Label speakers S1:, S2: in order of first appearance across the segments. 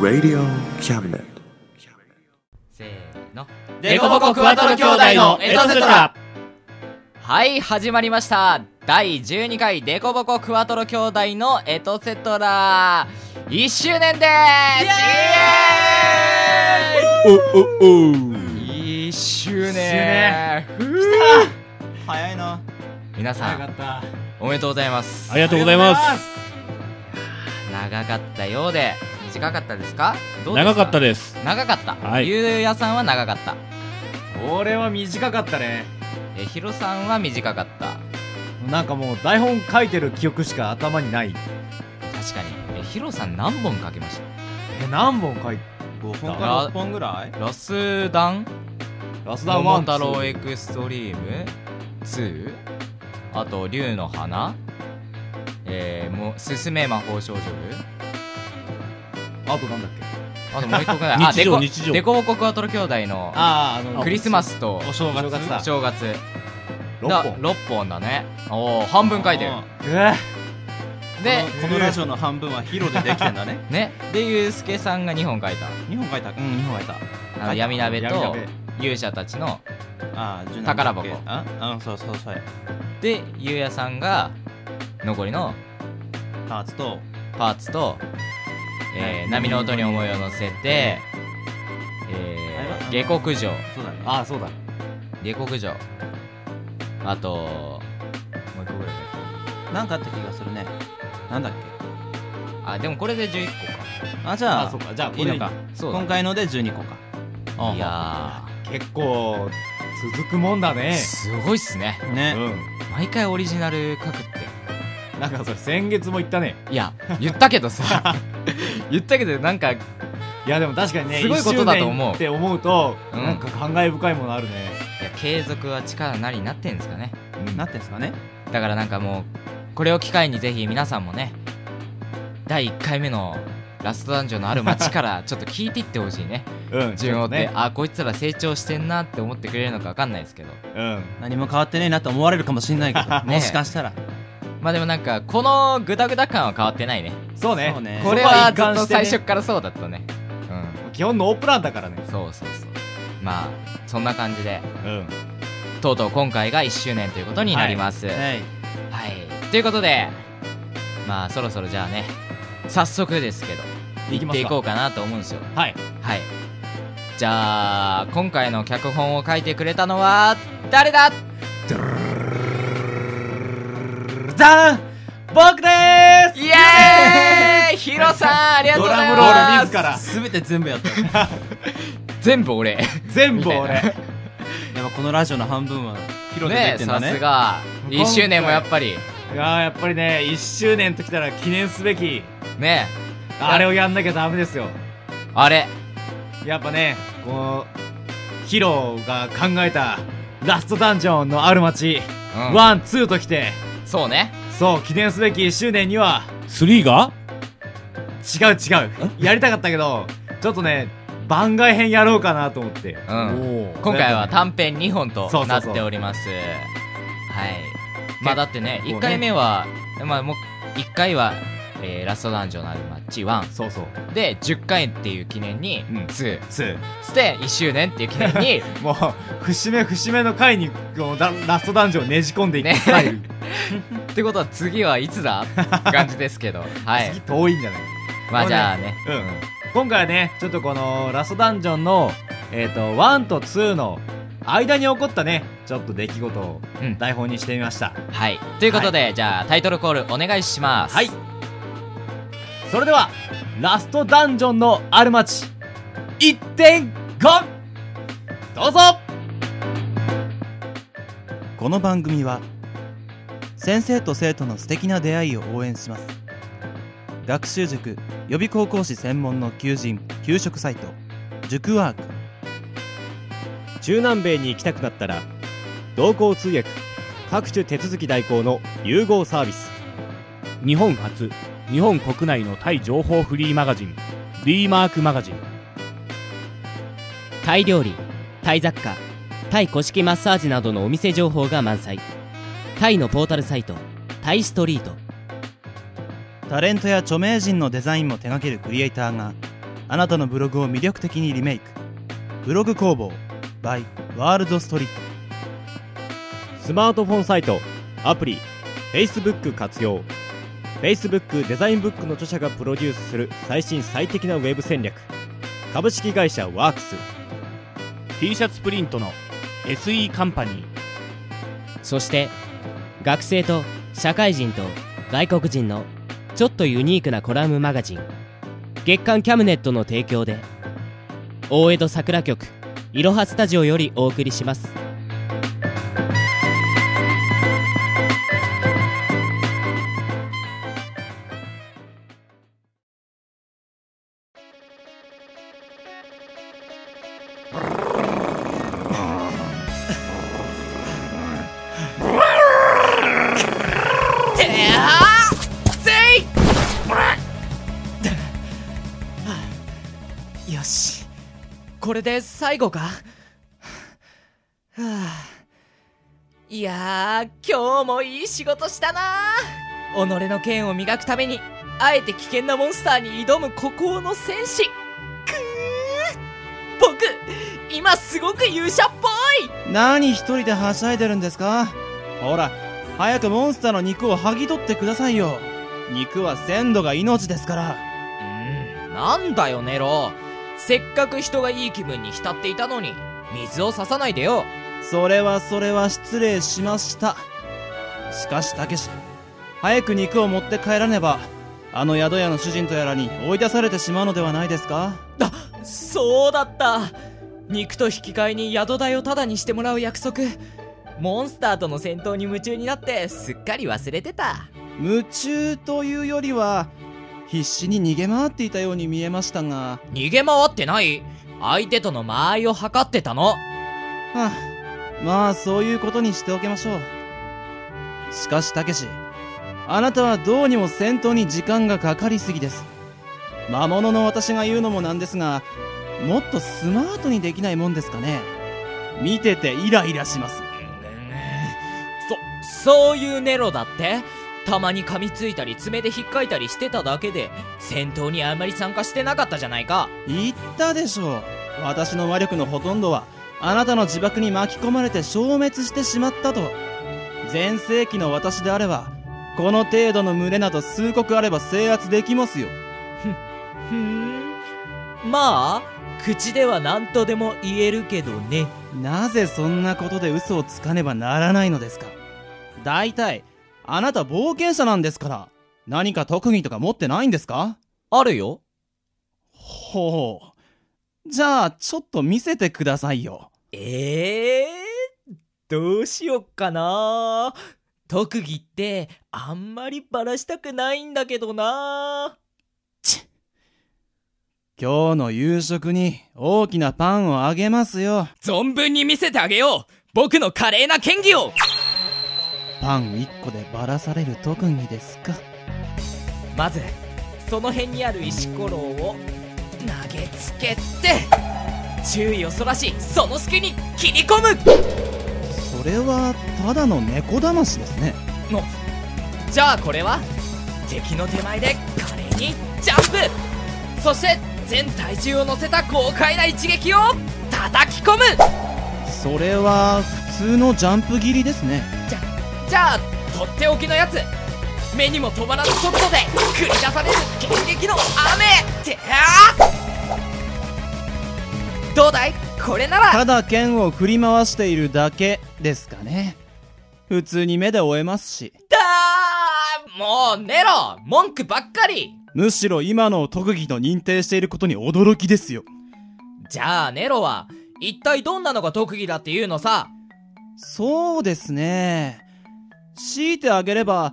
S1: Radio Cabinet.
S2: せーの。
S3: デコボコクワトロ兄弟のエトセトラ
S2: はい、始まりました。第12回デコボコクワトロ兄弟のエトセトラ。1周年です
S1: おおお
S2: イエーイ !1 周年
S3: 早いな
S2: 皆さ
S3: 早か
S2: ん、
S3: った
S2: おめでとうございます
S4: あ。りがとうございます。
S2: 長かったようで、短かったですかどうです
S4: 長かった
S2: で
S4: です。
S2: 長かった。
S4: はい
S2: ゆうやさんは長かった。
S3: 俺は短かったね
S2: え、ひろさんは短かった。
S3: なんかもう台本書いてる記憶しか頭にない
S2: 確かに。え、ひろさん何本書きました
S3: え何本書い5本
S2: か6
S3: 本ぐらい
S2: ロスダン
S3: ラスダンワ
S2: 桃
S3: ン
S2: 太郎エクストリーム2あと竜の花えー、もうすすめ魔法少女部
S3: あとなんだっけ
S2: あともう一個ぐ らいあ
S4: 日常
S2: デコ
S4: 日常
S2: デコボコクワトロ兄弟の
S3: あああの
S2: クリスマスと
S3: お正月お正月だ
S2: お正月
S3: 6
S2: だ
S3: 本
S2: 六本だねおお半分書いてる
S3: え
S2: で
S3: このラジ
S5: オの半分はヒロでできてんだね
S2: ねでゆうすけさんが2本書いた
S5: 2本書いたうん2本書いた
S2: あの闇
S3: ー
S2: 鍋
S3: やべや
S2: と
S3: べ
S2: 勇者たちの
S5: ああ17
S2: 宝箱
S5: あうんそうそうそう
S2: でゆうやさんが残りの
S5: パーツと
S2: パーツと、えー波の音に思いを乗せて、えー
S5: あれは
S2: 下克上
S5: そうだね
S3: ああそうだ
S2: 下克上あともう一個ぐらい
S5: なんかあった気がするねなんだっけ
S2: あでもこれで11個か
S5: あじゃあ
S3: あそうかじゃあこれ
S5: いいのか
S2: そうだ
S5: 今回ので12個か
S2: いや
S3: 結構続くもんだ
S2: ー
S3: ね
S2: すごいっすね
S3: う
S5: ね
S3: ん
S2: 毎回オリジナル書くって
S3: なんかそれ先月も言ったね
S2: いや言ったけ どさ言ったけどなんか
S3: いやでも確かにね
S2: すごいことだと思う
S3: 一周年って思うと
S2: うん
S3: なんか感慨深いものあるね
S2: いや継続は力なりになってんですかね
S5: なってんすかね
S2: だからなんかもうこれを機会にぜひ皆さんもね第1回目のラストダンジョンのある街から ちょっと聞いていってほしいね
S3: うん
S2: 順を追って、
S3: ね
S2: あこいつら成長してんなって思ってくれるのか分かんないですけど
S3: うん
S5: 何も変わってねえなって思われるかもしんないけ ど
S2: ねえ
S5: もしかしたら
S2: まあでもなんかこのグダグダ感は変わってないね
S3: そうね
S5: そうね
S2: これ
S3: そこは
S2: は
S3: 一
S2: ずっ
S3: 貫
S2: と
S3: して
S2: 最
S3: ね
S2: 初からそうだったね
S3: 基本ノープランだからね
S2: うんそうそうそうまあそんな感じで
S3: うん
S2: とうとう今回が1周年ということになります、
S5: はい
S2: はい、ということでまあそろそろじゃあね早速ですけど
S3: 行き
S2: 行っ
S3: ま
S2: て
S3: す
S2: い
S3: か
S2: こうかなと思うんですよ
S3: はい
S2: はいじゃあ今回の脚本を書いてくれたのは誰だ
S3: ザン僕でーす
S2: イエーイヒロさんありがとう
S3: ド
S2: ござ
S3: ラ
S2: い
S3: ムロール
S2: ま
S3: 自ら
S5: 全て全部やったやっ
S2: 全部俺
S3: 全部俺
S5: ぱこのラジオの半分はヒロでで
S2: ね
S5: きてんだ
S2: さ
S5: ね
S2: すが
S3: 今回
S2: 1周年もやっぱり
S3: いやーやっぱりね1周年ときたら記念すべき
S2: ね
S3: あれをやんなきゃダメですよ
S2: あれ
S3: やっぱねこのヒロが考えたラストダンジョンのある街
S2: うん
S3: ワンツーときて
S2: そうね
S3: そう記念すべき1周年には
S4: スリーが
S3: 違う違うやりたかったけどちょっとね番外編やろうかなと思って
S2: うん
S3: おー
S2: 今回は短編2本
S3: そ
S2: と
S3: うそうそ
S2: な
S3: う
S2: っておりますはいまあだってね
S3: 結構ね
S2: 1回目はまあもう1回はえーラストダンジョンのあるマッチ1
S3: そうそう
S2: で10回っていう記念に
S3: うん
S2: 2、
S3: ツー
S2: そして1周年っていう記念に
S3: もう節目節目の回にこうだラストダンジョンをねじ込んでいくスタイル、
S2: ってことは次はいつだって感じです けどはい
S3: 次遠いんじゃない
S2: まあ
S3: もうね
S2: じゃあね
S3: うん今回はねちょっとこのラストダンジョンのえっ、と1と2の間に起こったねちょっと出来事を
S2: うん
S3: 台本にしてみました、
S2: はいということで、じゃあタイトルコールお願いします
S3: はいそれではラストダンジョンのある町1.5どうぞ
S5: この番組は先生と生徒の素敵な出会いを応援します学習塾予備高校士専門の求人・給食サイト塾ワーク
S6: 中南米に行きたくなったら同行通訳各種手続き代行の融合サービス
S4: 日本初、日本国内のタイ情報フリーマガジン、D マークマガジン。
S7: タイ料理タイ雑貨タイ古式マッサージなどのお店情報が満載タイのポータルサイトタイストリート
S5: タレントや著名人のデザインも手掛けるクリエイターがあなたのブログを魅力的にリメイクブログ工房 by ワールドストリート
S3: スマートフォンサイト、アプリ、Facebook 活用。Facebook デザインブックの著者がプロデュースする最新最適なウェブ戦略。株式会社ワークス。
S4: T シャツプリントの SE カンパニー
S7: そして学生と社会人と外国人のちょっとユニークなコラムマガジン月刊キャムネットの提供で大江戸桜局いろはスタジオよりお送りします
S1: よしこれで最後かは あいやー今日もいい仕事したな己の剣を磨くためにあえて危険なモンスターに挑む孤高の戦士くー僕今すごく勇者っぽい
S5: 何一人ではしゃいでるんですかほら早くモンスターの肉を剥ぎ取ってくださいよ肉は鮮度が命ですから
S1: うんなんだよネロせっかく人がいい気分に浸っていたのに水をささないでよ
S5: それはそれは失礼しましたしかしたけし早く肉を持って帰らねばあの宿屋の主人とやらに追い出されてしまうのではないですか
S1: そうだった肉と引き換えに宿代をタダにしてもらう約束モンスターとの戦闘に夢中になってすっかり忘れてた
S5: 夢中というよりは必死に逃げ回っていたように見えましたが
S1: 逃げ回ってない相手との間合いを測ってたの
S5: はあ、まあそういうことにしておきましょうしかしたけしあなたはどうにも戦闘に時間がかかりすぎです魔物の私が言うのもなんですがもっとスマートにできないもんですかね見ててイライラします
S1: そそういうネロだってたまに噛みついたり爪で引っかいたりしてただけで戦闘にあまり参加してなかったじゃないか
S5: 言ったでしょう私の魔力のほとんどはあなたの自爆に巻き込まれて消滅してしまったと全盛期の私であればこの程度の群れなど数国あれば制圧できますよ
S1: ふーんまあ口では何とでも言えるけどね
S5: なぜそんなことで嘘をつかねばならないのですか大体あなた冒険者なんですから何か特技とか持ってないんですか
S1: あるよ
S5: ほうじゃあちょっと見せてくださいよ
S1: ええどうしよっかな特技ってあんまりバラしたくないんだけどな
S5: 今日の夕食に大きなパンをあげますよ
S1: 存分に見せてあげよう僕の華麗な剣技を
S5: パン1個でバラされる特技ですか
S1: まずその辺にある石ころを投げつけて注意をそらしその隙に切り込む
S5: それはただの猫だましですね
S1: じゃあこれは敵の手前で華麗にジャンプそして全体重を乗せた豪快な一撃を叩き込む
S5: それは普通のジャンプ切りですね
S1: じゃあとっておきのやつ目にも止まらぬ速度で繰り出される剣撃の雨ってあーどうだいこれなら
S5: ただ剣を振り回しているだけですかね普通に目で追えますし
S1: だーもうネロ文句ばっかり
S5: むしろ今のを特技と認定していることに驚きですよ
S1: じゃあネロは一体どんなのが特技だっていうのさ
S5: そうですね強いてあげれば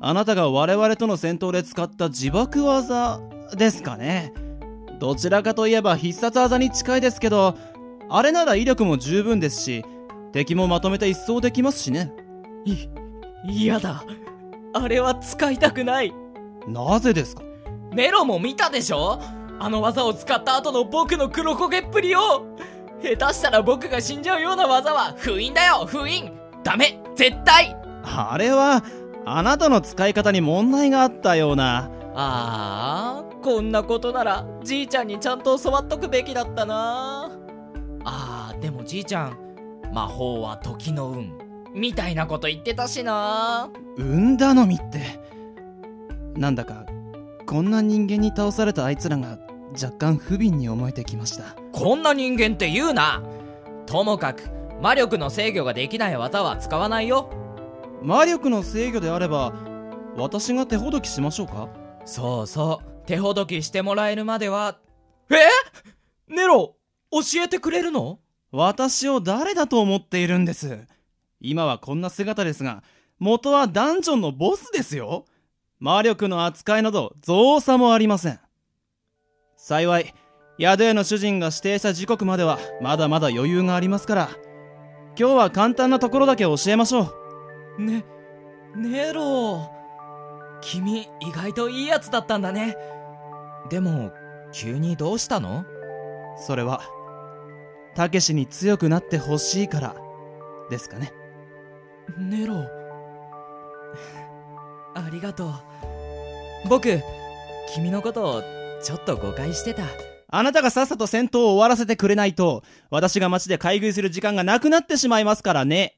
S5: あなたが我々との戦闘で使った自爆技ですかねどちらかといえば必殺技に近いですけどあれなら威力も十分ですし敵もまとめて一掃できますしね
S1: 嫌だあれは使いたくない
S5: なぜですか
S1: ネロも見たでしょあの技を使った後の僕の黒焦げっぷりを下手したら僕が死んじゃうような技は封印だよ封印ダメ絶対
S5: あれはあなたの使い方に問題があったような
S1: あーこんなことならじいちゃんにちゃんと教わっとくべきだったなあーでもじいちゃん魔法は時の運みたいなこと言ってたしな
S5: 運頼みってなんだかこんな人間に倒されたあいつらが若干不憫に思えてきました
S1: こんな人間って言うなともかく魔力の制御ができない技は使わないよ
S5: 魔力の制御であれば私が手ほどきしましょうか
S1: そうそう手ほどきしてもらえるまではえネロ教えてくれるの
S5: 私を誰だと思っているんです今はこんな姿ですが元はダンジョンのボスですよ魔力の扱いなど造作もありません幸い宿屋の主人が指定した時刻まではまだまだ余裕がありますから今日は簡単なところだけ教えましょう
S1: ねネロ君意外といいやつだったんだねでも急にどうしたの
S5: それはたけしに強くなってほしいからですかね
S1: ネロ ありがとう僕君のことをちょっと誤解してた
S5: あなたがさっさと戦闘を終わらせてくれないと私が街で買い食いする時間がなくなってしまいますからね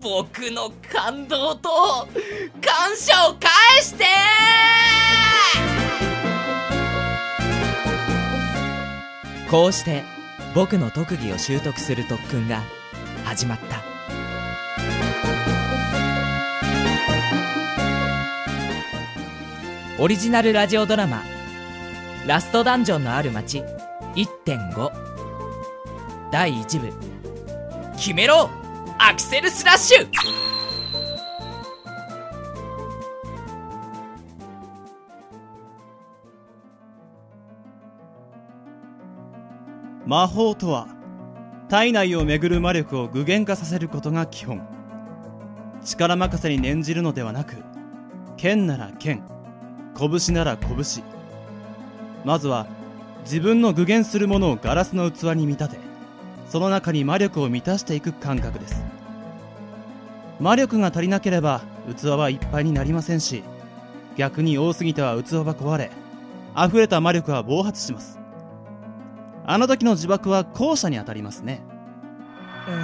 S1: 僕の感動と感謝を返してこうして僕の特技を習得する特訓が始まったオリジナルラジオドラマ「ラストダンジョンのある街1.5」第1部「決めろアクセルスラッシュ
S5: 魔法とは体内をめぐる魔力を具現化させることが基本力任せに念じるのではなく剣なら剣拳なら拳まずは自分の具現するものをガラスの器に見立てその中に魔力を満たしていく感覚です魔力が足りなければ器はいっぱいになりませんし逆に多すぎては器は壊れ溢れた魔力は暴発しますあの時の自爆は後者に当たりますね
S1: うー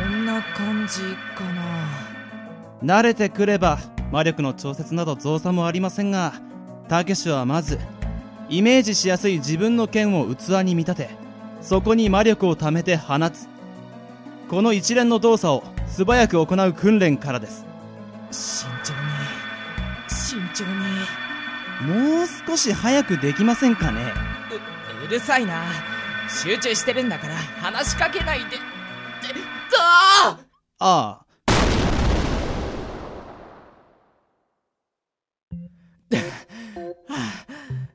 S1: んこんな感じかな
S5: 慣れてくれば魔力の調節など造作もありませんがたけしはまずイメージしやすい自分の剣を器に見立てそこに魔力を貯めて放つこの一連の動作を素早く行う訓練からです
S1: 慎重に慎重に
S5: もう少し早くできませんかね
S1: うるさいな集中してるんだから話しかけないでってあー
S5: ああ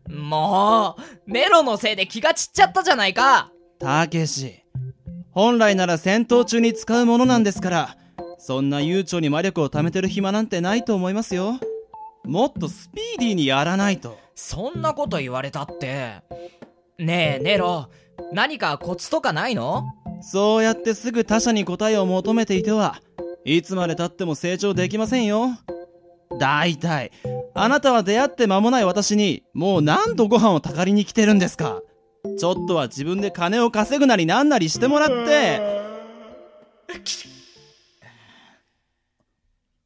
S1: もうネロのせいで気が散っちゃったじゃないか
S5: たけし本来なら戦闘中に使うものなんですからそんな悠長に魔力を貯めてる暇なんてないと思いますよもっとスピーディーにやらないと
S1: そんなこと言われたってねえネロ何かコツとかないの
S5: そうやってすぐ他者に答えを求めていてはいつまでたっても成長できませんよだいたいあなたは出会って間もない私にもう何度ご飯をたかりに来てるんですかちょっとは自分で金を稼ぐなりなんなりしてもらって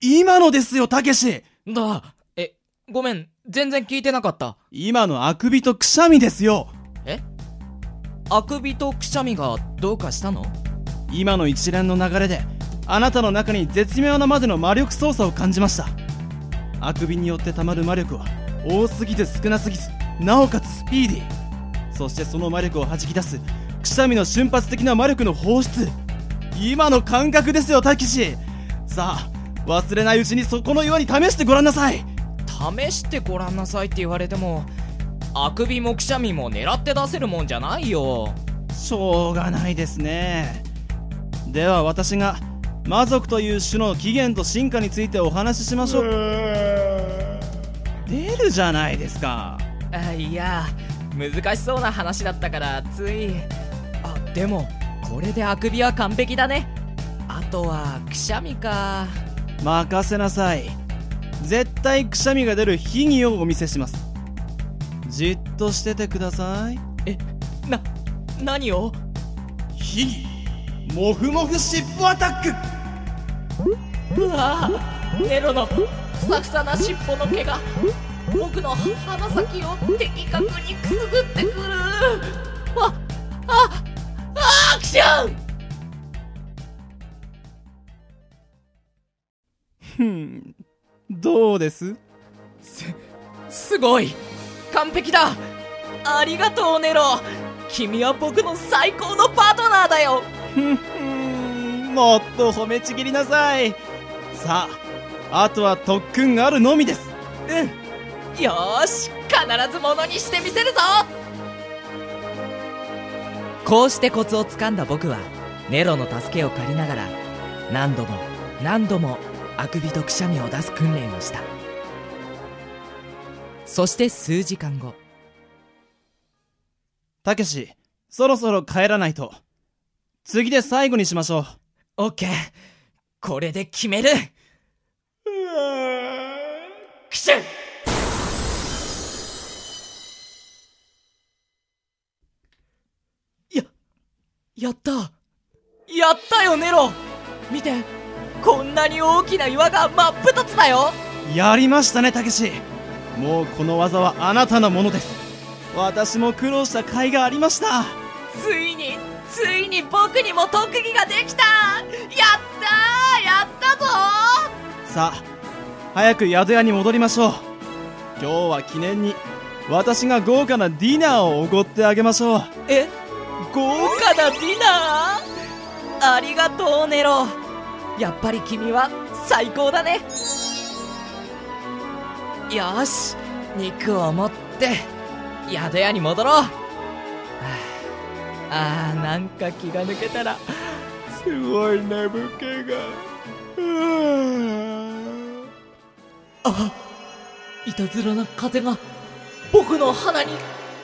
S5: 今のですよたけし
S1: だえごめん全然聞いてなかった
S5: 今のあくびとくしゃみですよ
S1: あくびとくしゃみがどうかしたの
S5: 今の一連の流れであなたの中に絶妙なまでの魔力操作を感じましたあくびによってたまる魔力は多すぎず少なすぎずなおかつスピーディーそしてその魔力を弾き出すくしゃみの瞬発的な魔力の放出今の感覚ですよタキシさあ忘れないうちにそこの岩に試してごらんなさい
S1: 試してごらんなさいって言われてもあくびもくしゃみも狙って出せるもんじゃないよ
S5: しょうがないですねでは私が魔族という種の起源と進化についてお話ししましょう出るじゃないですか
S1: あいや難しそうな話だったからついあでもこれであくびは完璧だねあとはくしゃみか
S5: 任せなさい絶対くしゃみが出る秘技をお見せしますじっとしててください
S1: な何を
S5: 秘技モフモフ尻尾アタック
S1: うわぁネロのふさふさな尻尾の毛が僕の鼻先を的確にくすぐってくるあああアクション
S5: ふんどうです
S1: すごい完璧だありがとうネロ君は僕の最高のパートナーだよ
S5: ふんふんもっと褒めちぎりなさいさああとは特訓があるのみです
S1: よーし必ずものにしてみせるぞこうしてコツをつかんだ僕はネロの助けを借りながら何度も何度もあくびとくしゃみを出す訓練をしたそして数時間後
S5: たけしそろそろ帰らないと次で最後にしましょう
S1: オッケーこれで決めるくしゅんややったやったよネロ見てこんなに大きな岩が真っ二つだよ
S5: やりましたねたけしもうこの技はあなたのものです私も苦労した甲斐がありました
S1: ついについに僕にも特技ができたやったーやったぞ
S5: さあ早く宿屋に戻りましょう今日は記念に私が豪華なディナーをおごってあげましょう
S1: ーえ豪華なディナーありがとうネロやっぱり君は最高だねよし肉を持って宿屋に戻ろうはああーなんか気が抜けたらすごい眠気があいたずらな風が僕の鼻に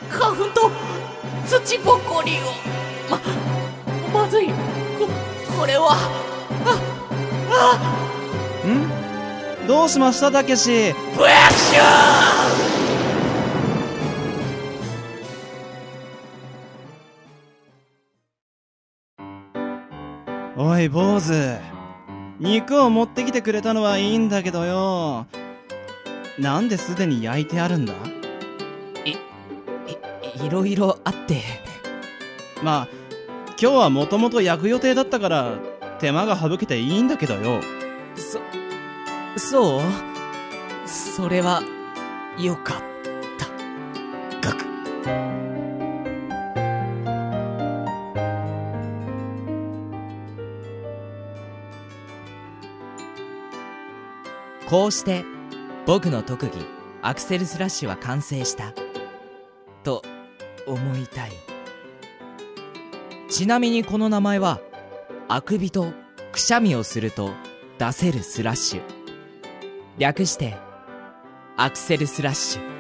S1: 花粉と土ぼこりをままずいここれは
S5: んどうしましたたけし
S1: ブラッシュ
S5: おい坊主肉を持ってきてくれたのはいいんだけどよなんですでに焼いてあるんだ
S1: いいろいろあって
S5: まあ今日はもともと焼く予定だったから手間が省けていいんだけどよ
S1: そそうそれはよかったかくこうして僕の特技アクセルスラッシュは完成したと思いたいちなみにこの名前はあくびとくしゃみをすると出せるスラッシュ略してアクセルスラッシュ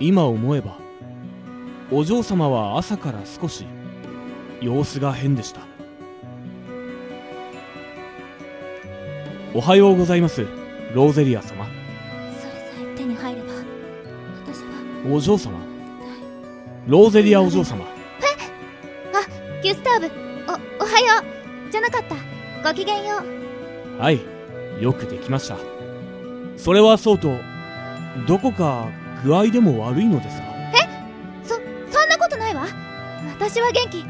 S4: 今思えばお嬢様は朝から少し様子が変でしたおはようございますローゼリア様
S8: それさえ手に入れば私は
S4: お嬢様ローゼリアお嬢様
S8: ギュスターブおおはようじゃなかったごきげんよう
S4: はいよくできましたそれはそうとどこか具合でも悪いのですか
S8: そそんなことないわ私は元気すっ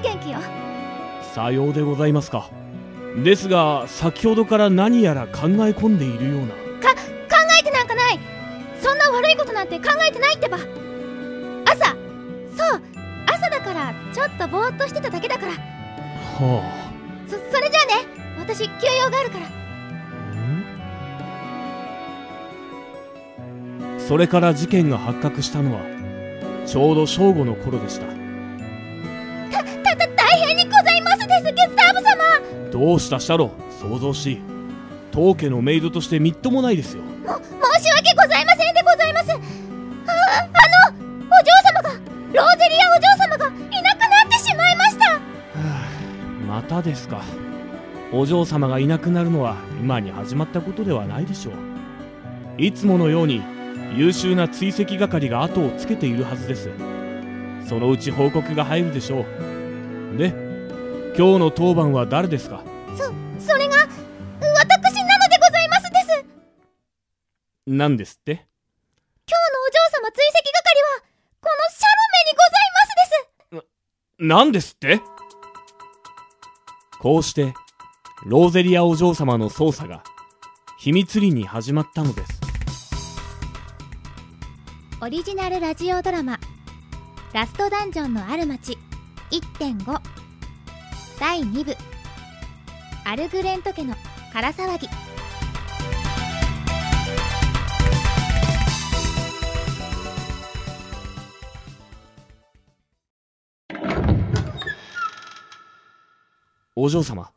S8: ごい元気よ
S4: さようでございますかですが先ほどから何やら考え込んでいるような
S8: 考えてなんかないそんな悪いことなんて考えてないってば朝そう朝だからちょっとぼーっとしてただけだから
S4: は
S8: そそれじゃあね私休養があるから
S4: あそれから事件が発覚したのはちょうど正午の頃でした
S8: たた大変にございますですギュスターブ様
S4: どうしたシャロ想像し当家のメイドとしてみっともないですよ
S8: 申し訳ございませんでございますああのお嬢様がローゼリアお嬢様がいなくなってしまいました
S4: またですかお嬢様がいなくなるのは今に始まったことではないでしょういつものように優秀な追跡係が後をつけているはずですそのうち報告が入るでしょうで今日の当番は誰ですか
S8: それが私なのでございますです今日の
S4: 何ですって
S8: お嬢様追跡係はこのシャロメにございますです
S4: 何ですってこうしてローゼリアお嬢様の捜査が秘密裏に始まったのです
S8: オリジナルラジオドラマ「ラストダンジョンのある町1.5」第2部アルグレント家の空騒ぎ
S4: お嬢様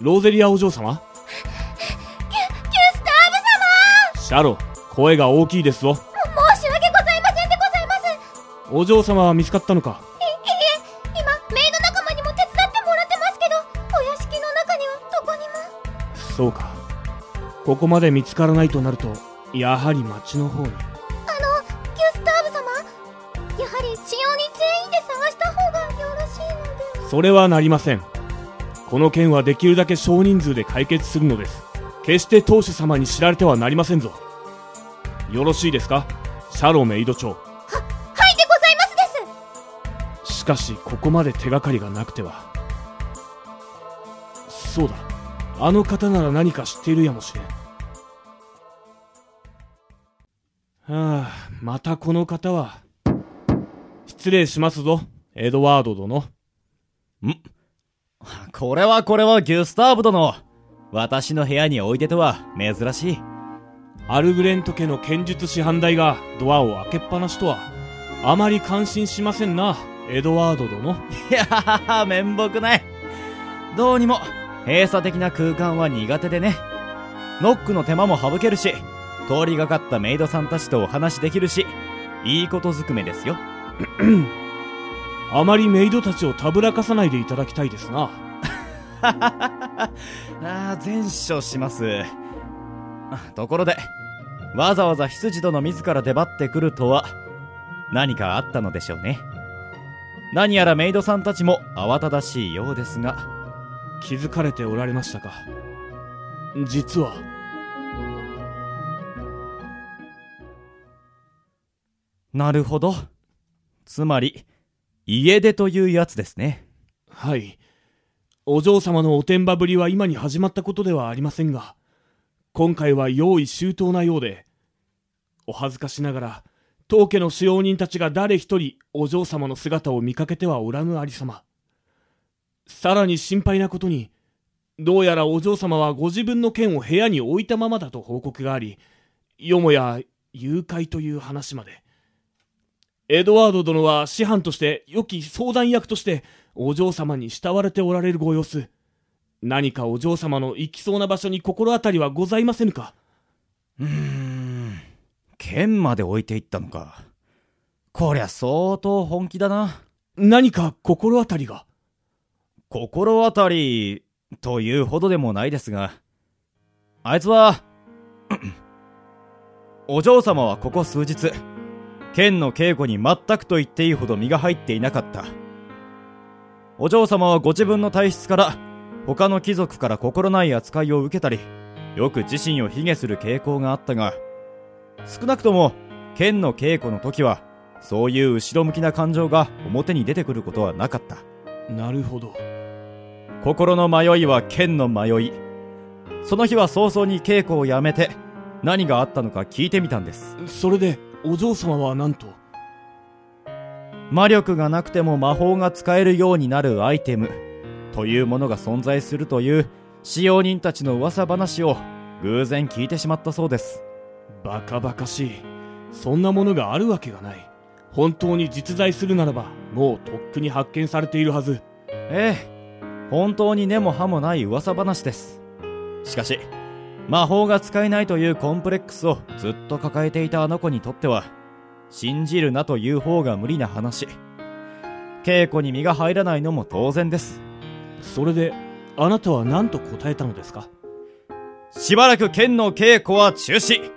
S4: ローゼリアお嬢様
S8: ギュギュスターブ様
S4: シャロ声が大きいですぞ
S8: 申し訳ございませんでございます
S4: お嬢様は見つかったのか
S8: いいえ今メイド仲間にも手伝ってもらってますけどお屋敷の中にはどこにも
S4: そうかここまで見つからないとなるとやはり町の方に
S8: あのギュスターブ様やはり使用に全員で探した方がよろしいので
S4: それはなりませんこの件はできるだけ少人数で解決するのです決して当主様に知られてはなりませんぞよろしいですかシャロメイド長
S8: はいでございますです
S4: しかしここまで手がかりがなくてはそうだあの方なら何か知っているやもしれんはあまたこの方は失礼しますぞエドワード殿
S3: これはこれはギュスターブ殿私の部屋に置いてとは珍しい
S4: アルグレント家の剣術師範代がドアを開けっぱなしとはあまり感心しませんなエドワード殿
S3: いやー面目ないどうにも閉鎖的な空間は苦手でねノックの手間も省けるし通りがかったメイドさんたちとお話できるしいいことずくめですよ
S4: あまりメイドたちをたぶらかさないでいただきたいですな
S3: ああ全勝しますあところでわざわざ執事殿自ら出張ってくるとは何かあったのでしょうね何やらメイドさんたちも慌ただしいようですが
S4: 気づかれておられましたか実は
S3: なるほど。つまり、家出というやつですね。
S4: はいお嬢様のおてんばぶりは今に始まったことではありませんが今回は用意周到なようでお恥ずかしながら当家の使用人たちが誰一人お嬢様の姿を見かけてはおらぬありさまさらに心配なことにどうやらお嬢様はご自分の剣を部屋に置いたままだと報告がありよもや誘拐という話までエドワード殿は師範として良き相談役としてお嬢様に慕われておられるご様子何かお嬢様の行きそうな場所に心当たりはございませぬか
S3: 剣まで置いていったのか。こりゃ相当本気だな。
S4: 何か心当たりが
S3: 心当たり、というほどでもないですが。あいつは、 お嬢様はここ数日、剣の稽古に全くと言っていいほど身が入っていなかった。お嬢様はご自分の体質から、他の貴族から心ない扱いを受けたり、よく自身を卑下する傾向があったが、少なくとも、剣の稽古の時は、そういう後ろ向きな感情が表に出てくることはなかった。
S4: なるほど
S3: 心の迷いは剣の迷いその日は早々に稽古をやめて何があったのか聞いてみたんです
S4: それでお嬢様はなんと
S3: 魔力がなくても魔法が使えるようになるアイテムというものが存在するという使用人たちの噂話を偶然聞いてしまったそうです
S4: バカバカしいそんなものがあるわけがない本当に実在するならばもうとっくに発見されているはず
S3: ええ本当に根も葉もない噂話ですしかし魔法が使えないというコンプレックスをずっと抱えていたあの子にとっては信じるなという方が無理な話稽古に身が入らないのも当然です
S4: それであなたは何と答えたのですか
S3: しばらく剣の稽古は中止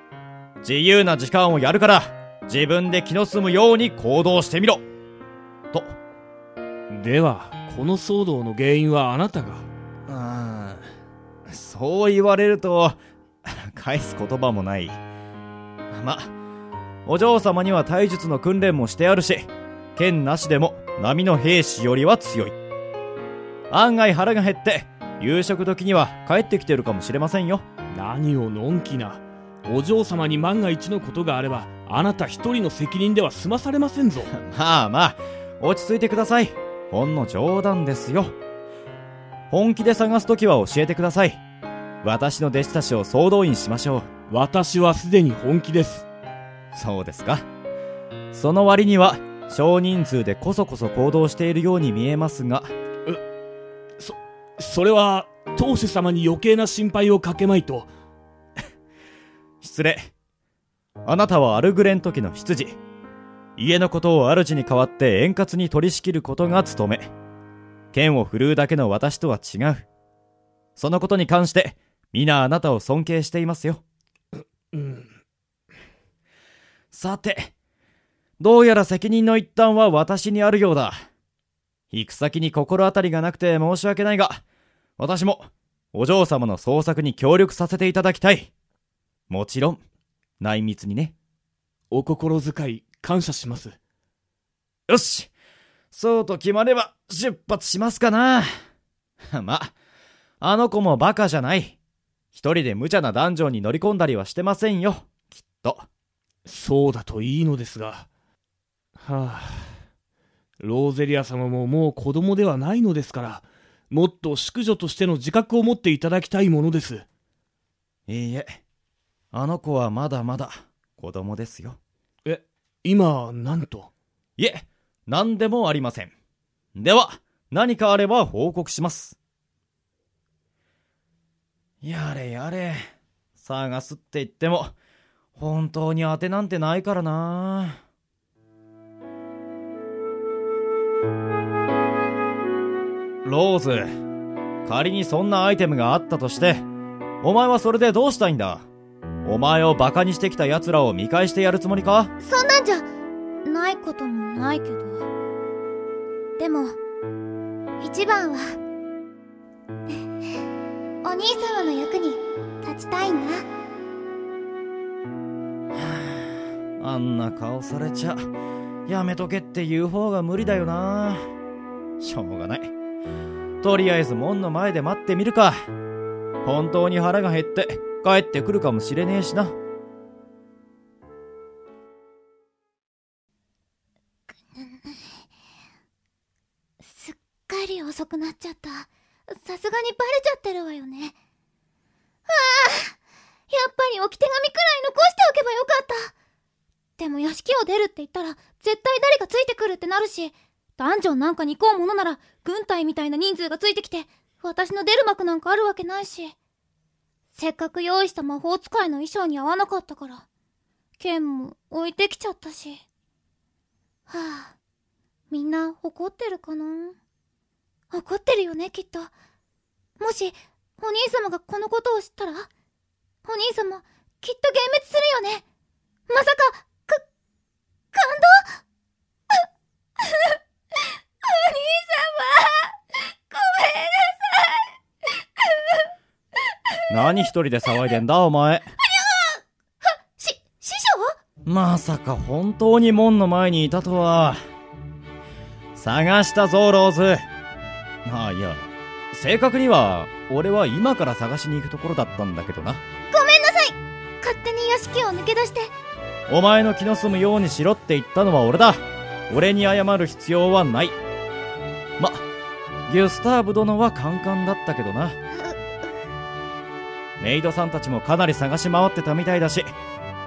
S3: 自由な時間をやるから自分で気の済むように行動してみろと
S4: ではこの騒動の原因はあなたが
S3: うーんそう言われると返す言葉もないまお嬢様には体術の訓練もしてあるし剣なしでも波の兵士よりは強い案外腹が減って夕食時には帰ってきてるかもしれませんよ
S4: 何をのんきなお嬢様に万が一のことがあればあなた一人の責任では済まされませんぞ
S3: まあまあ落ち着いてくださいほんの冗談ですよ本気で探す時は教えてください私の弟子たちを総動員しましょう
S4: 私はすでに本気です
S3: そうですかその割には少人数でこそこそ行動しているように見えますが
S4: それは当主様に余計な心配をかけまいと
S3: 失礼あなたはアルグレン時の執事家のことを主に代わって円滑に取り仕切ることが務め剣を振るうだけの私とは違うそのことに関して皆あなたを尊敬していますよ
S4: うん
S3: さてどうやら責任の一端は私にあるようだ行く先に心当たりがなくて申し訳ないが私もお嬢様の捜索に協力させていただきたいもちろん内密にね
S4: お心遣い感謝します
S3: よしそうと決まれば出発しますかな まああの子もバカじゃない一人で無茶なダンジョンに乗り込んだりはしてませんよきっと
S4: そうだといいのですがはあローゼリア様ももう子供ではないのですからもっと淑女としての自覚を持っていただきたいものです
S3: いいえあの子はまだまだ子供ですよ
S4: 今なんと
S3: いえ何でもありませんでは何かあれば報告しますやれやれ探すって言っても本当に当てなんてないからなローズ仮にそんなアイテムがあったとしてお前はそれでどうしたいんだお前をバカにしてきた奴らを見返してやるつもりか
S8: そんなんじゃないこともないけどでも一番は お兄様の役に立ちたいんだ
S3: あんな顔されちゃやめとけって言う方が無理だよなしょうがないとりあえず門の前で待ってみるか本当に腹が減って帰ってくるかもしれねえしな
S8: すっかり遅くなっちゃったさすがにバレちゃってるわよねああやっぱり置き手紙くらい残しておけばよかったでも屋敷を出るって言ったら絶対誰かついてくるってなるしダンジョンなんかに行こうものなら軍隊みたいな人数がついてきて私の出る幕なんかあるわけないしせっかく用意した魔法使いの衣装に合わなかったから剣も置いてきちゃったしはあみんな怒ってるかな怒ってるよねきっともしお兄様がこのことを知ったらお兄様きっと幻滅するよねまさかか感動うお兄様ごめんなさい
S3: 何一人で騒いでんだお前
S8: し師
S3: まさか本当に門の前にいたとは探したぞローズああいや正確には俺は今から探しに行くところだったんだけどな
S8: 匠勝手に屋敷を抜け出して
S3: お前の気の済むようにしろって言ったのは俺だ俺に謝る必要はないまギュスターブ殿はカンカンだったけどなメイドさんたちもかなり探し回ってたみたいだし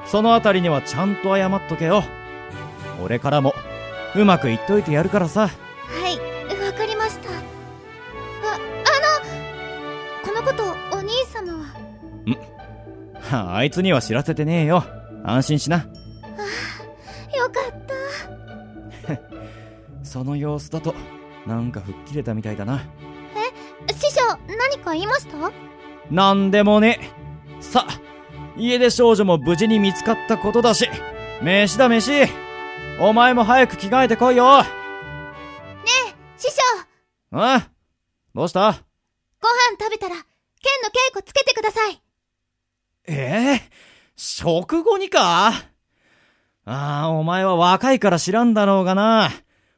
S3: そのあたりにはちゃんと謝っとけよ俺からもうまく言っといてやるからさ
S8: はいわかりましたああのこののことお兄様は
S3: はああいつには知らせてねえよ安心しな
S8: よかった
S3: その様子だとなんか吹っ切れたみたいだな
S8: 師匠何か言いました
S3: なんでもねえさあ家出少女も無事に見つかったことだし飯だ飯お前も早く着替えてこいよ
S8: 師匠
S3: うんどうし
S8: ご
S3: た
S8: 飯食べたら剣の稽古つけてください
S3: ええ食後にかああ、お前は若いから知らんだろうがな。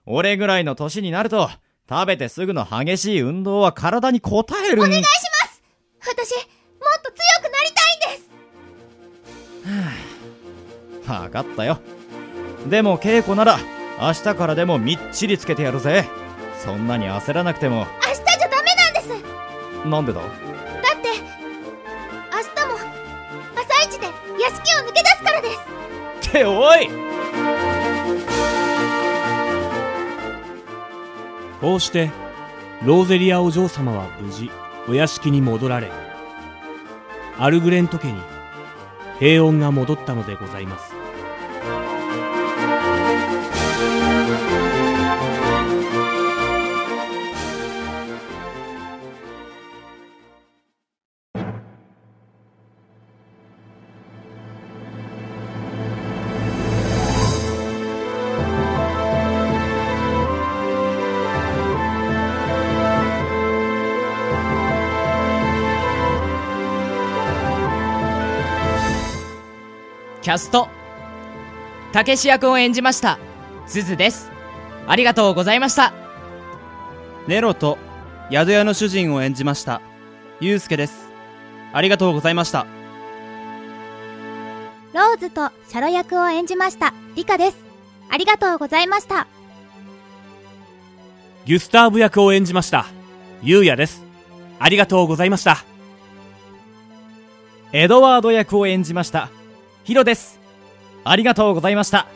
S3: 俺ぐらいの年になると、食べてすぐの激しい運動は体に応えるん
S8: 私もっと強くなりたいんです
S3: わかったよ。でも稽古なら、明日からでもみっちりつけてやるぜ。そんなに焦らなくても、
S8: 明日じゃダメなんです
S3: なんでだ
S8: だって明日も朝一で屋敷を抜け出すからです
S3: っておい
S4: こうしてローゼリアお嬢様は無事お屋敷に戻られアルグレント家に平穏が戻ったのでございます
S2: キャストたけし役を演じましたズズですありがとうございました
S5: ネロと宿屋の主人を演じましたユうスケですありがとうございました
S8: ローズとシャロ役を演じましたリカですありがとうございました
S4: ギュスターブ役を演じましたゆうやですありがとうございました
S3: エドワード役を演じました。ヒロです。ありがとうございました。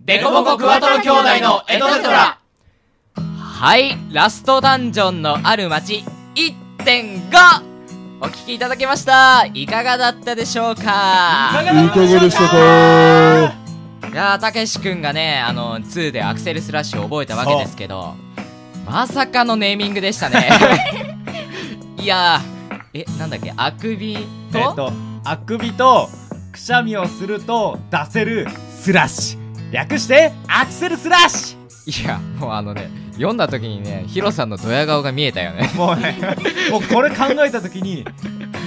S2: デコボコクワトロ兄弟のエトセトラはいラストダンジョンのある街1.5お聞きいただきましたいかがだったでしょうか
S7: いかがでしたか
S2: いやーたけし君がねあの2でアクセルスラッシュを覚えたわけですけどまさかのネーミングでした ねいやーえなんだっけあくびと、
S3: えっと、あくびとくしゃみをすると出せるスラッシュ略してアクセルスラッシ
S2: いやもうあのね読んだ時にねヒロさんのドヤ顔が見えたよね
S3: ュもうねもうこれ考えた時に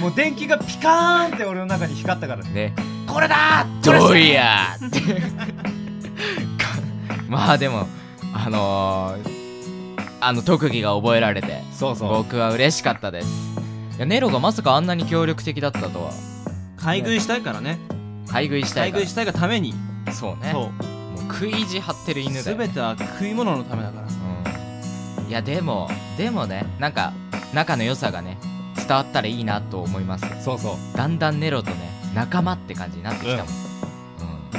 S3: もう電気がピカーンって俺の中に光ったからね
S2: ね
S3: これだー
S2: どうやーってかまあでもあのー、あの特技が覚えられて
S3: そうそう
S2: 僕は嬉しかったですいやネロがまさかあんなに協力的だったとは
S5: 買い食いしたいからね
S2: 買い食いした
S5: 買い
S2: いか
S5: 食いしたいがために
S2: らそうね
S5: そ
S2: もう食い意地張ってる
S5: う
S2: 犬だよ、
S5: 全ては食い物のためだから
S2: うんいやでもでもねなんか仲の良さがね伝わったらいいなと思います
S3: そうそう
S2: だんだんネロとね仲間って感じになってきたもん、う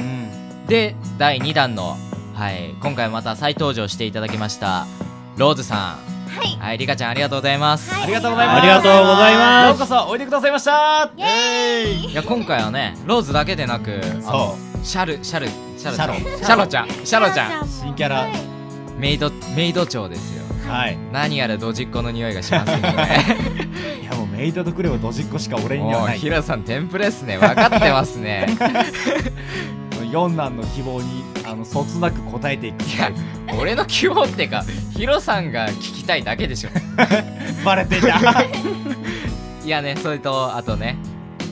S2: ん
S5: うん
S2: で第2弾の、はい、今回また再登場していただきましたローズさ
S8: はい
S2: んはいリカちゃんありがとうございます、
S8: はい
S3: ありがとうございます
S4: ありがとうございます
S3: ようこそおいでくださいました
S8: イエーイ
S2: い、や今回はねローズだけでなくあの
S3: う
S2: シャルシャルシャル
S3: シャロ
S2: シャロちゃんシャロちゃん
S3: 新キャラ
S2: メイドメイド長ですよ
S3: はい
S2: 何やらドジっ子の匂いがしますけどね
S3: いやもうメイドとクレオドジっ子しか俺に
S2: も
S3: は
S2: う
S3: ない
S2: ヒラさんテンプレっすね分かってますね
S3: 四男の希望にあのそつなく答えていく
S2: いや俺の希望ってかヒロさんが聞きたいだけでしょ
S3: バレてた
S2: いやねそれとあとね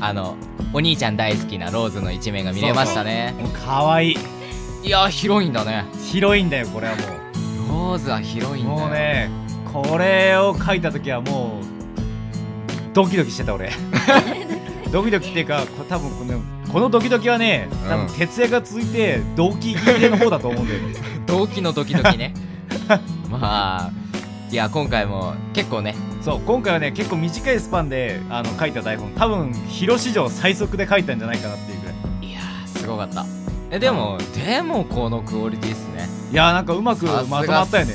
S2: あのお兄ちゃん大好きなローズの一面が見れましたね
S3: もう可愛い
S2: いやー広いんだね
S3: 広いんだよこれはもう
S2: ローズは広いんだよ
S3: もうねこれを書いた時はもうドキドキしてた 俺ドキドキっていうかこ多分このこのドキドキはね多
S2: うん
S3: 分徹夜が続いて 動機切れの方だと思うんだよね
S2: 同期のドキドキねまあいいや今回も結構ね
S3: そう今回はね結構短いスパンであの書いた台本多分広史上最速で書いたんじゃないかなっていうぐらい
S2: すごかったえでもでもこのクオリティっすね
S3: いやーなんかうまく
S2: さすがっす
S3: まとまったよね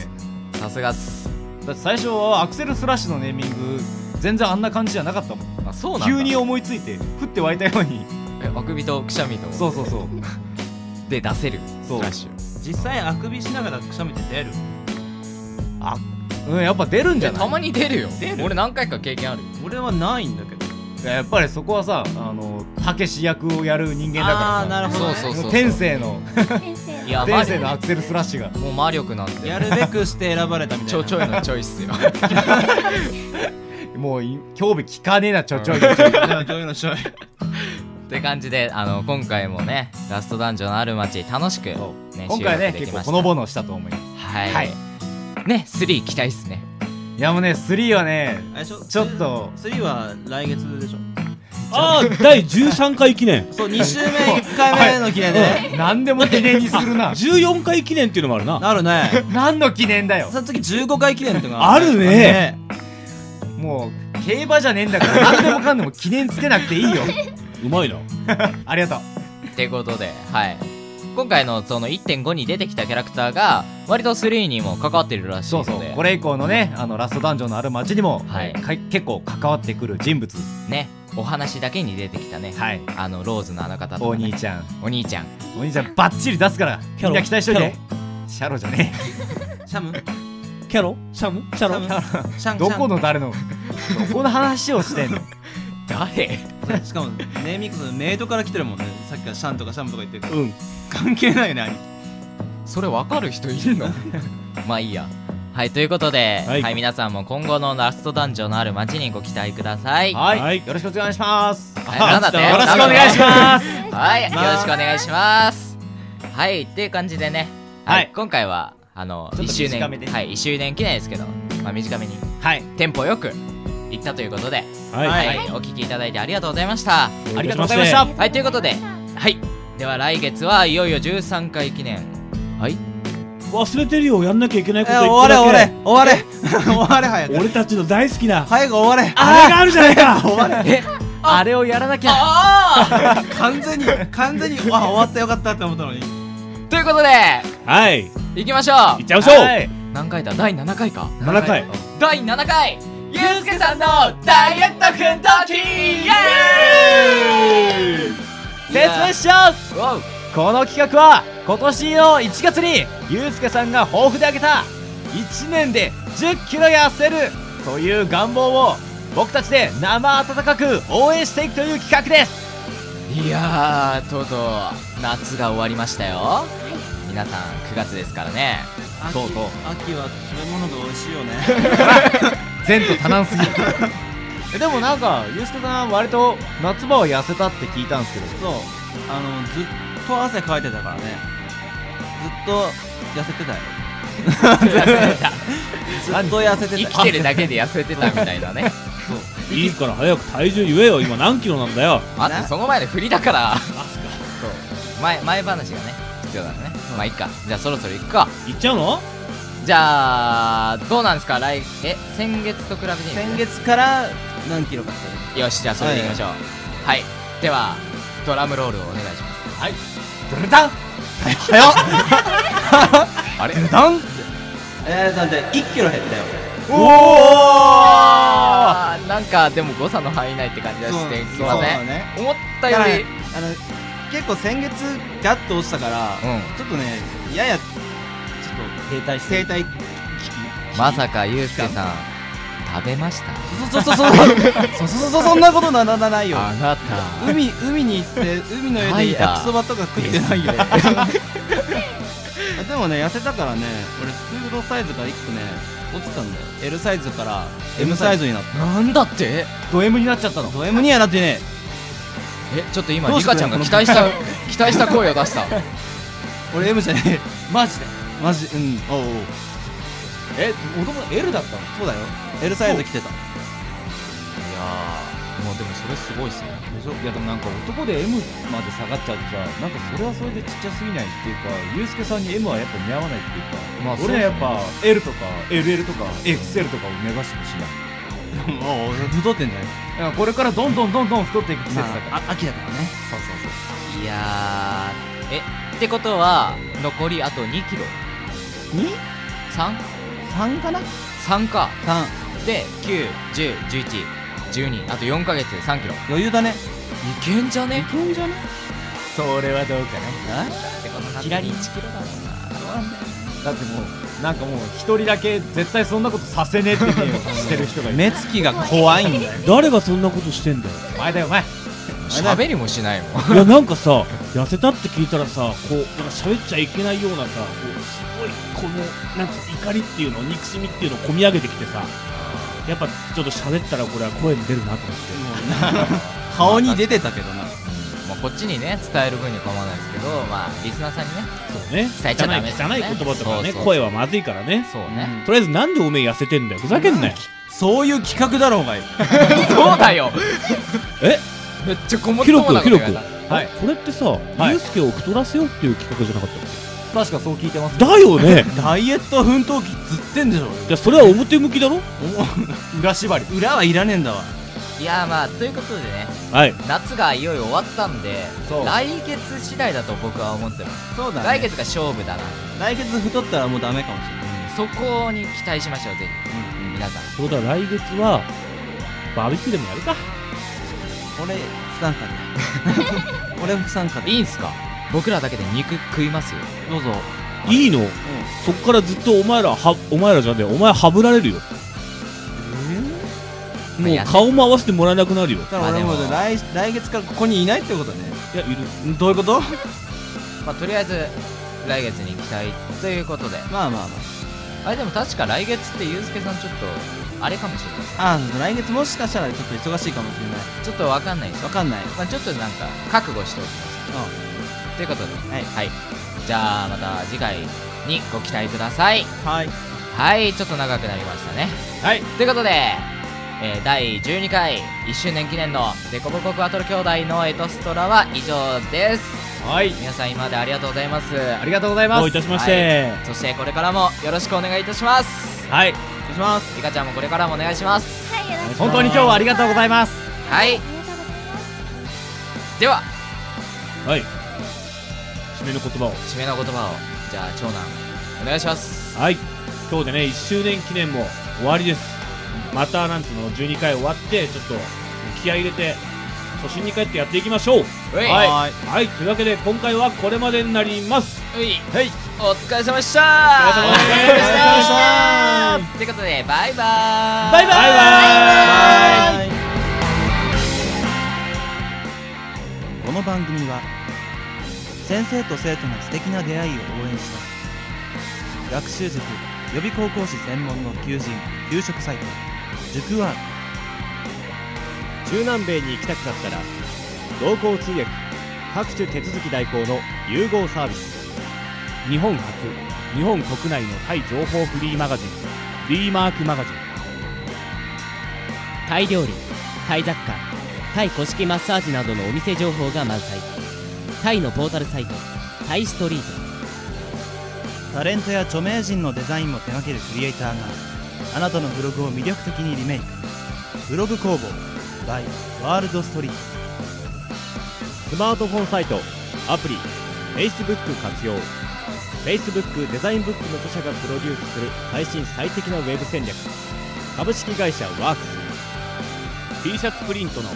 S2: さすがっす
S3: だって最初はアクセルスラッシュのネーミング全然あんな感じじゃなかったもん
S2: あそうなんだ
S3: 急に思いついて降って湧いたように
S2: えあくびとくしゃみと
S3: そうそうそう
S2: で出せるス
S3: そう
S2: ラッシュ
S5: 実際あくびしながらくしゃみって出る
S3: うんやっぱ出るんじ
S2: で
S3: ゃない
S2: たまに出るよ
S5: 出る
S2: 俺何回か経験あるよ
S5: 俺はないんだけど
S3: いややっぱりそこはさあのたけし役をやる人間だ
S5: あー
S3: か
S5: なる
S3: ら
S5: ほ
S2: そ
S5: どね
S2: うそう
S3: さ
S2: そ
S3: も
S2: うそうう
S3: 天性の
S9: 先生
S2: いや
S3: 天
S2: マ
S3: 性
S2: ジ
S3: のアクセルスラッシュが
S2: もう魔力なんて
S5: やる べくして選ばれたみた
S2: ち
S5: い
S2: ょ
S5: な
S2: ちょいのちょいっすよ
S3: もうい興味聞かねえなちょちょい ちょい
S5: ちょいのちょい
S2: って感じであの今回もねラストダンジョンのある街楽しく、ね、
S3: 今回ね
S2: 収録で
S3: 結構
S2: きまし
S3: ほ
S2: た
S3: のぼのしたと思います
S2: はい、
S3: は
S2: ね3期待っすね
S3: いやもうね3はね
S5: あれでしょ
S3: ちょっと
S5: 3は来月でしょ
S4: ああ第13回記念
S5: そう2週目1回目の記念でね
S3: 何でも記念にするな
S4: 14回記念っていうのもあるな
S5: なるね
S3: 何の記念だよ
S5: その次15回記念ってのが
S4: あるね
S3: もう競馬じゃねえんだから何でもかんでも記念つけな くていいよ
S4: うまいな
S3: ありがとう
S2: ってことではい今回のその1.5に出てきたキャラクターが割と3にも関わってるらしい
S3: そ
S2: の
S3: う
S2: で
S3: そうこれ以降のねあのラストダンジョンのある街にも、
S2: はい
S3: か結構関わってくる人物
S2: ねお話だけに出てきたね、
S3: はい
S2: あのローズのあの方と
S3: お
S2: かね、
S3: 兄ちゃん
S2: お兄ちゃん
S3: お兄ちゃんバッチリ出すから
S4: キャロ
S3: みんな期待しといてシャロじゃね
S5: シャム
S4: キャロシャムシャロ
S5: シャ
S3: え
S5: ン
S3: どこの誰のどこの話をしてんの
S2: 誰
S5: しかもネーミングそのメイドから来てるもんねさっきからシャンとかシャムとか言ってるけど
S3: うん
S5: 関係ないよね兄貴
S2: それ分かる人いるの まあいいやはいということで、は
S4: はいい
S2: 皆さんも今後のラストダンジョンのある街にご期待ください
S3: はい、
S4: はい
S3: よろしくお願いします
S2: えなんだって
S3: よろしくお願いします
S2: はい、よろしくお願いします。はい、っていう感じでね、はい、
S3: はい
S2: 今回は、あの、
S3: ちょっ
S2: 1
S3: と
S2: 周年、
S3: 短めでね
S2: はい、1周年記念ですけど、まあ、短めに、
S3: はい
S2: テンポよく、いったということで、
S4: はい
S2: はい、お聞きいただいてありがとうございました。
S3: ありがとうございました
S2: はい、ということで、はい、では来月はいよいよ13回記念。はい、
S4: 忘れてるよやんなきゃいけない
S5: え
S4: こといっ
S5: ー
S4: ぱい
S5: 終われ
S4: だ
S5: 終われ終われ早
S4: け
S5: く
S4: 俺たちの大好きな
S5: 早く終われ
S4: あれがあるじゃないか
S3: あれをやらなきゃ
S2: あ
S5: 完全に 完全にあ終わったよかったって思ったのに
S2: ーということで、
S4: はい
S2: 行きましょ
S4: 行っ
S2: う
S4: ちゃいましょう
S3: はい
S2: 何回だ第7回か
S4: 7回
S2: 第7回ゆうすけさんのダイエット奮闘記イエーイ
S3: 説明しちゃうこの企画は今年の1月にゆうすけさんが抱負であげた1年で1 0キロ痩せるという願望を僕たちで生温かく応援していくという企画です
S2: いやーとうとう夏が終わりましたよ、皆さん9月ですからね
S3: そうそう
S5: 秋は食べ物が美味しいよね
S3: 前途多難すぎ るでもなんかゆうすけさん割と夏場は痩せたって聞いたんですけど
S5: そうあのずっと汗かいてたからねずっと痩せ てたよずっと痩せてた
S2: 生きてるだけで痩せてたみたいなね
S4: いいから早く体重言えよ今何キロなんだよ
S2: あとその前の振りだからそう前前話がね必要なのね、まあいいかじゃあそろそろ行くか
S4: 行っちゃうの
S2: じゃあどうなんですか来え先月と比べていいんですか
S5: 先月から何キロかって
S2: よしじゃあそれでいきましょうはい、ではドラムロールをお願いしますはい
S3: ドルタン
S5: 早っ
S2: あれ
S5: なんえー、なんで1キロ減ったよ
S3: お
S2: あーなんかでも誤差の範囲内って感じがしてすいません、
S5: ね
S2: 思った
S5: だ
S2: よ
S5: から
S2: り
S5: あの結構先月ガッと落ちたから、
S2: う
S5: ちょっとねややちょっ
S3: 停滞
S5: と停滞
S2: んまさかゆうすけさん食べました
S5: そうそうそ うそうそうそうそうそんなことなななないよ
S2: あなた
S5: 海海に行って海の家で焼きそばとか食ってな いよ でもね痩せたからね俺普通のサイズから1個ね落ちたんだよ L サイズから M サイズになっ
S2: なんだって
S3: ド M になっちゃったの
S5: たド M にはなってね
S2: えちょっと今
S5: どう
S2: リ
S5: してだ
S2: カち
S5: よ
S2: ゃんが
S5: こ
S2: 期
S5: の
S2: 待 した期待した声を出した
S5: 俺 M じゃねえマジでマジうんおうおう
S3: えもともと L だったの
S5: そうだよ L サイズ着てた
S2: い
S10: まあでもそれすごいっすね
S11: でしょいやでもなんか男で M まで下がっちゃうとさなんかそれはそれでちっちゃすぎないっていうかユうスケさんに M はやっぱ似合わないっていうか、
S10: まあそう
S11: 俺
S10: っすね
S11: らやっぱ L とか LL とか XL とかを目指してほしいなもう太ってんじゃないこれからどんどんどんどん太っていく季節だから、秋だからねそうそうそう
S2: いやーえってことは残りあと2キロ 2?3?3
S5: かな
S2: 3か3で9101112あと4ヶ月で3キロ余裕だねいけんじゃねいけんじゃね
S11: それはどうかな
S2: ってこの
S11: キラリ
S2: 1キロだろ
S11: だってもうなんかもう一人だけ絶対そんなことさせねえってねしてる人がいる
S10: 目つきが怖いんだよ
S4: 誰がそんなことしてんだよ
S11: お前だよお前
S2: 喋りもしないもん
S4: いやなんかさ痩せたって聞いたらさこうなんか喋っちゃいけないようなさこうすごいこのなんか怒りっていうの憎しみっていうのを込み上げてきてさやっぱちょっと喋ったらこれは声に出るなと思って
S2: 顔に出てたけどな、もうこっちにね伝える分には構わないですけどまあリスナーさんにね
S4: そうね
S2: 伝えちゃダメですよ
S4: 汚
S2: ね
S4: い汚い言葉とかね
S2: そうそう
S4: 声はまずいからね
S2: そうね
S4: とりあえずなんでおめえ痩せてんだよふざけんなよ
S10: そういう企画だろうがよ
S2: そうだよ
S4: え
S2: めっちゃこもっ
S4: ヒ
S2: と
S4: ロ
S2: も
S4: 君
S2: なこ
S4: ヒロ
S2: と
S4: 君
S2: 言われた
S4: はいこれってさユうスケを太らせようっていう企画じゃなかったっ
S11: 確かそう聞いてます
S4: だよね
S10: ダイエット奮闘記ずってんでしょ
S4: けじゃあそれは表向き だろ
S10: 裏縛り裏はいらねえんだわ
S2: いやーまあということでね
S4: はい
S2: 夏がいよいよ終わったんで
S10: そう
S2: 来月次第だと僕は思ってます
S10: そうだね
S2: 来月が勝負だな
S10: 来月太ったらもうダメかもしれない
S2: そこに期待しましょうぜひ、皆さん
S4: そうだ来月はバーベキューでもやるか
S10: 俺不参加で俺不参加で
S2: いいんすか僕らだけで肉食いますよ
S10: どうぞ
S4: いいの、そっからずっとお前らはお前らじゃねえお前はぶられるよもう顔も合わせてもらえなくなるよ
S10: だから俺もう来来月からここにいないってことね
S4: いやいる
S10: どういうこと
S2: まあとりあえず来月に行きたいということで
S10: まあまあま
S2: ああれでも確か来月ってゆうすけさんちょっとあれかもしれない
S10: ああ来月もしかしたらちょっと忙しいかもしれない
S2: ちょっとわかんないです
S10: わかんない
S2: まあちょっとなんか覚悟しておきますということではい、じゃあまた次回にご期待ください
S10: はい
S2: はいちょっと長くなりましたね
S10: はい
S2: ということで、えー第12回1周年記念のデコボコクワトロ兄弟のエトストラは以上です
S11: はい
S2: 皆さん今までありがとうございますあ
S11: りがとうございますどういたしまして
S2: そしてこれからもよろしくお願いいたします
S11: はい
S2: お願いしますリカちゃんもこれからもお願いしますはいよろ
S11: 本当に今日はありがとうございます
S2: はいでは
S4: はい締めの言葉を
S2: 締めの言葉をじゃあ長男お願いします
S4: はい今日でね1周年記念も終わりですまたなんつうの12回終わってちょっと気合い入れて初心に帰ってやっていきましょう
S2: うい
S4: はい、はい、というわけで今回はこれまでになります
S2: ういお疲れ様でしたお疲れ様でしたということでバイバーイ
S4: バイバイ
S2: バイバイ
S5: この番組は先生と生徒の素敵な出会いを応援します学習塾予備高校士専門の求人・給食サイト塾ワー
S3: 中南米に行きたくなったら同行通訳各種手続き代行の融合サービス
S4: 日本初日本国内のタイ情報フリーマガジンフリーマークマガジン
S7: タイ料理タイ雑貨タイ古式マッサージなどのお店情報が満載タイのポータルサイトタイストリート
S5: タレントや著名人のデザインも手掛けるクリエイターがあなたのブログを魅力的にリメイクブログ工房 by ワールドストリート
S3: スマートフォンサイトアプリ Facebook 活用 Facebook デザインブックの著者がプロデュースする最新最適なウェブ戦略株式会社ワークス
S4: T シャツプリントの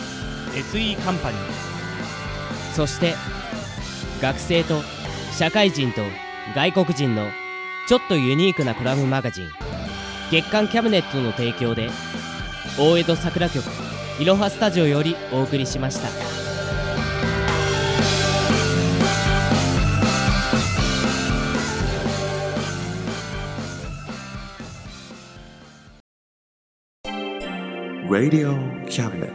S4: SE カンパニー
S7: そして学生と社会人と外国人のちょっとユニークなコラムマガジン月刊キャブネットの提供で大江戸桜局いろはスタジオよりお送りしました。
S12: Radio Cabinet.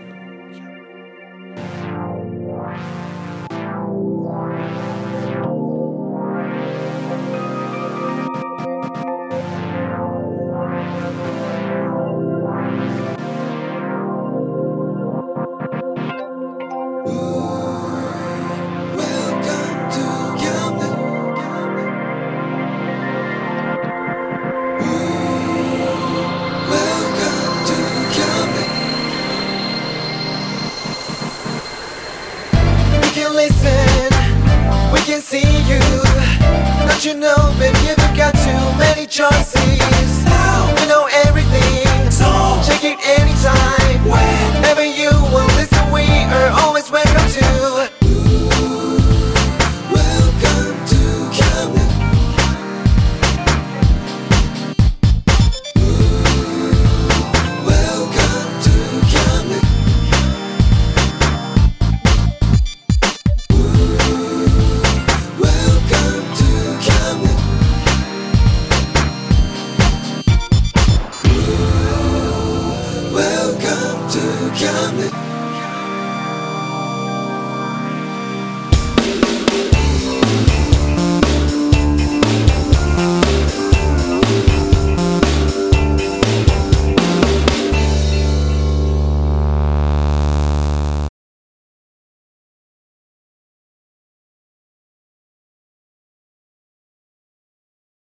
S13: Cabinet.
S14: Don't you know, baby, you've got too many choices.